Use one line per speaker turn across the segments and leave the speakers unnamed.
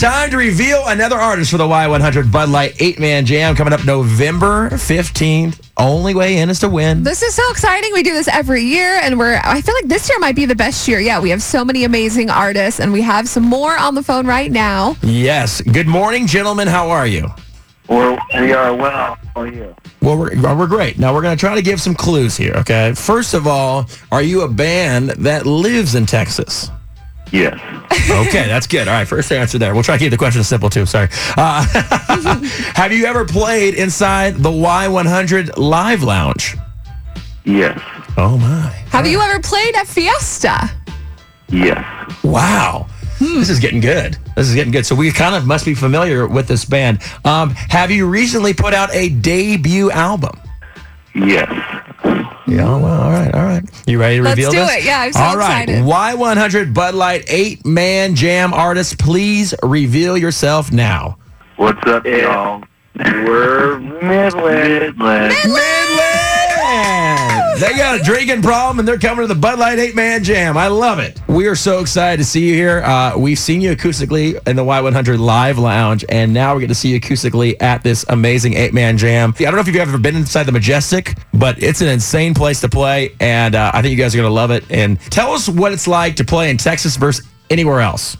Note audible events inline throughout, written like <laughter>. Time to reveal another artist for the Y100 Bud Light 8 Man Jam coming up November 15th. Only way in is to win.
This is so exciting. We do this every year, and we're, I feel like this year might be the best year. Yeah, we have so many amazing artists, and we have some more on the phone right now.
Yes. Good morning, gentlemen. How are you?
Well, we are well. How are you?
Well, we're, we're great. Now, we're going to try to give some clues here, okay? First of all, are you a band that lives in Texas?
Yes.
Okay, that's good. All right, first answer there. We'll try to keep the question simple, too. Sorry. Uh, <laughs> have you ever played inside the Y100 Live Lounge?
Yes.
Oh, my.
Have you ever played at Fiesta?
Yes.
Wow. This is getting good. This is getting good. So we kind of must be familiar with this band. Um, have you recently put out a debut album?
Yes.
Yeah. Oh, well, all right. All right. You ready to
Let's
reveal
do
this?
it. Yeah, I'm so
All right.
excited.
Y100 Bud Light eight man jam artist. Please reveal yourself now.
What's up, y'all? We're Midland. Midland.
Midland! They got a drinking problem and they're coming to the Bud Light 8 Man Jam. I love it. We are so excited to see you here. Uh, we've seen you acoustically in the Y100 Live Lounge, and now we get to see you acoustically at this amazing 8 Man Jam. I don't know if you've ever been inside the Majestic, but it's an insane place to play, and uh, I think you guys are going to love it. And tell us what it's like to play in Texas versus anywhere else.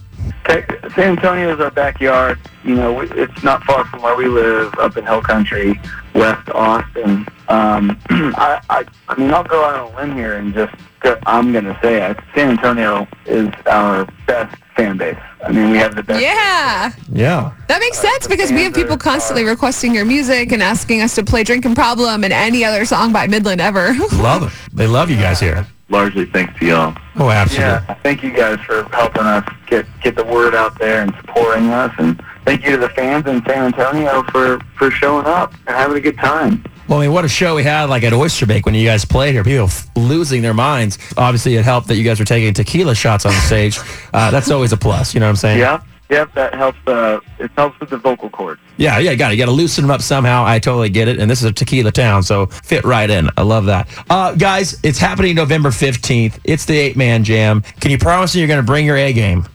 Te- San Antonio is our backyard. You know, we- it's not far from where we live, up in Hill Country, West Austin. Um, <clears throat> I, I, I mean, I'll go out on a limb here and just, go, I'm going to say it. San Antonio is our best fan base. I mean, we have the best.
Yeah.
Yeah.
That makes sense because we have people constantly requesting your music and asking us to play Drinking Problem and any other song by Midland ever. <laughs>
Love it. They love you guys here.
largely thanks to y'all.
Oh, absolutely.
Yeah, thank you guys for helping us get get the word out there and supporting us, and thank you to the fans in San Antonio for for showing up and having a good time.
Well, I mean, what a show we had like at Oyster Bake when you guys played here. People f- losing their minds. Obviously, it helped that you guys were taking tequila shots on stage. Uh, that's always a plus. You know what I'm saying?
Yep, yep, that helps. Uh, it helps with the vocal cords.
Yeah, yeah. Got it. You got to loosen them up somehow. I totally get it. And this is a tequila town, so fit right in. I love that, uh, guys. It's happening November 15th. It's the Eight Man Jam. Can you promise me you're going to bring your A game?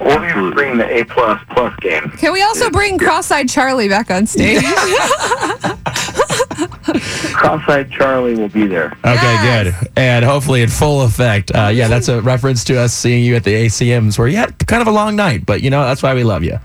We'll be bringing the A plus plus game.
Can we also bring Cross-Eyed Charlie back on stage?
Cross-eyed Charlie will be there.
Okay,
Yes.
good. And hopefully in full effect. Uh, yeah, that's a reference to us seeing you at the ACMs where you had kind of a long night, but you know, that's why we love you.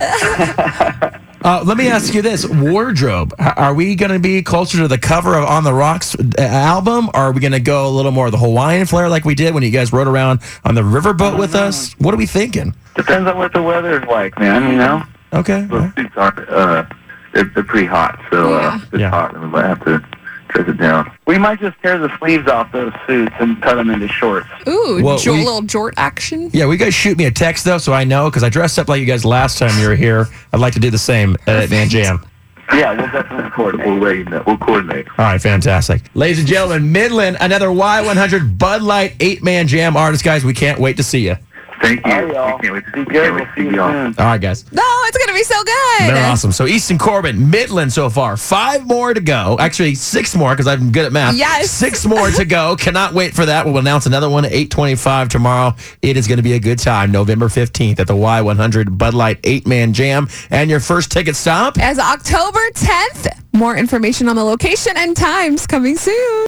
Uh, let me ask you this wardrobe. h- Are we going to be closer to the cover of On the Rocks uh, album? Or are we going to go a little more of the Hawaiian flair like we did when you guys rode around on the riverboat with us? What are we thinking?
Depends on what the weather's like, man. You know,
Okay. all
Those
right.
suits are uh, they're, they're pretty hot, so uh, it's
Yeah.
hot, and we might have to dress it down.
we might just tear the sleeves off those suits and cut them into shorts.
Ooh,
Well,
jo-
we-
little jort action.
Yeah, we guys shoot me a text though, so I know because I dressed up like you guys last time you were here. I'd like to do the same at Man Jam.
Yeah, we'll definitely coordinate.
We'll wait. We'll coordinate.
All right, fantastic. Ladies and gentlemen, Midland, another Y100 Bud Light eight man jam artist. Guys, we can't wait to see you.
Thank you.
All right, y'all.
we can't wait to
Be good.
see, we can't wait
We'll
to
see you
see y'all.
soon.
All right, guys.
No, it's gonna be so good.
They're awesome. So Easton Corbin, Midland so far. Five more to go. Actually, six more because I'm good at math.
Yes.
Six more to go. Cannot wait for that. We'll announce another one at 825 tomorrow. It is going to be a good time. November 15th at the Y100 Bud Light eight man jam. And your first ticket stop.
As October 10th, more information on the location and times coming soon.